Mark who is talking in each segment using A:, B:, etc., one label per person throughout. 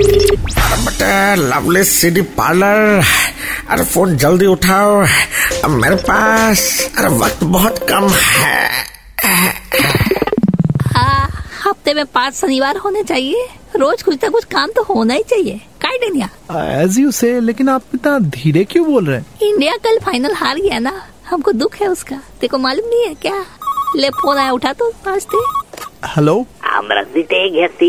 A: but Lovely City Parlour अरे phone जल्दी उठाओ अब मेरे पास अरे वक्त बहुत कम है
B: हाँ, हफ्ते में पांच शनिवार होने चाहिए रोज कुछ ना कुछ काम तो होना ही चाहिए काय डेनिया
C: एज यू से लेकिन आप इतना धीरे क्यों बोल रहे हैं
B: इंडिया कल फाइनल हार गया ना हमको दुख है उसका तेरे को मालूम नहीं है क्या ले फोन आया उठा तो पास थे
C: हेलो
D: আমরা জিতে গেছি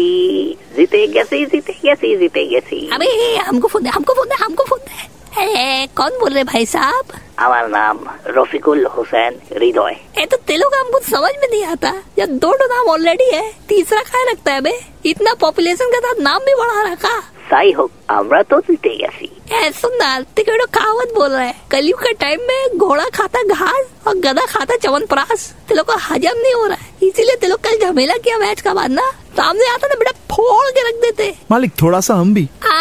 D: জিতে গেছি জিতে গেছি জিতে গেছি
B: अबे हमको फोन दे हमको फोन दे हमको फोन दे ए, कौन बोल रहे भाई साहब
D: আমার নাম রফিকুল হোসেন হৃদয়
B: ये तो तेलों का हमको समझ में नहीं आता या दोनों नाम ऑलरेडी है तीसरा काय रखता है बे इतना पॉपुलेशन के साथ नाम भी बढ़ा रखा
D: তাই হোক আমরা তো জিতে গেছি
B: ए, सुन ना तिकड़ो कहावत बोल रहा है कलयुग के टाइम में घोड़ा खाता घास और गधा खाता चवन प्रास तेलों को हजम नहीं हो रहा है इसीलिए तेलों कल झमेला किया मैच का बाद ना सामने आता ना बेटा फोड़ के रख देते
C: मालिक थोड़ा सा हम भी
B: आ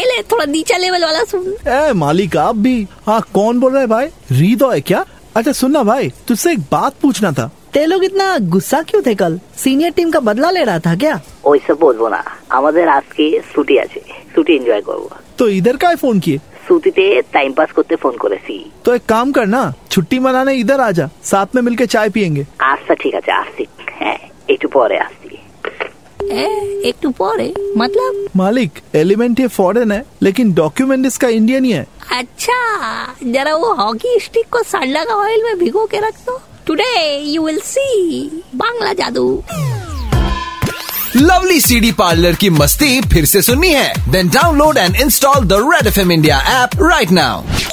B: ए ले थोड़ा नीचा लेवल वाला सुन
C: ए मालिक आप भी हाँ कौन बोल रहा है भाई हृदय क्या अच्छा सुनना भाई तुझसे एक बात पूछना था
E: ते लोग इतना गुस्सा क्यों थे कल सीनियर टीम का बदला ले रहा था क्या
D: ওইসব বলবো না আমাদের আজকে ছুটি আছে ছুটি এনজয় করব
C: तो इधर का फोन किए
D: ছুটিতে টাইম পাস করতে ফোন করেছি
C: तो एक काम करना छुट्टी मनाने इधर आ जा साथ में मिलके चाय पियेंगे
D: আচ্ছা ঠিক আছে আসছি হ্যাঁ একটু পরে আসছি
B: ए एक टू पौड़े मतलब
C: मालिक एलिमेंट ये फॉरेन है लेकिन डॉक्यूमेंट इसका इंडियन ही है
B: अच्छा जरा वो हॉकी स्टिक को सांडा का ऑयल में भिगो के रख दो today you will see Bangla जादू
F: लवली सी डी पार्लर की मस्ती फिर से सुननी है then download and install the Red F M India app right now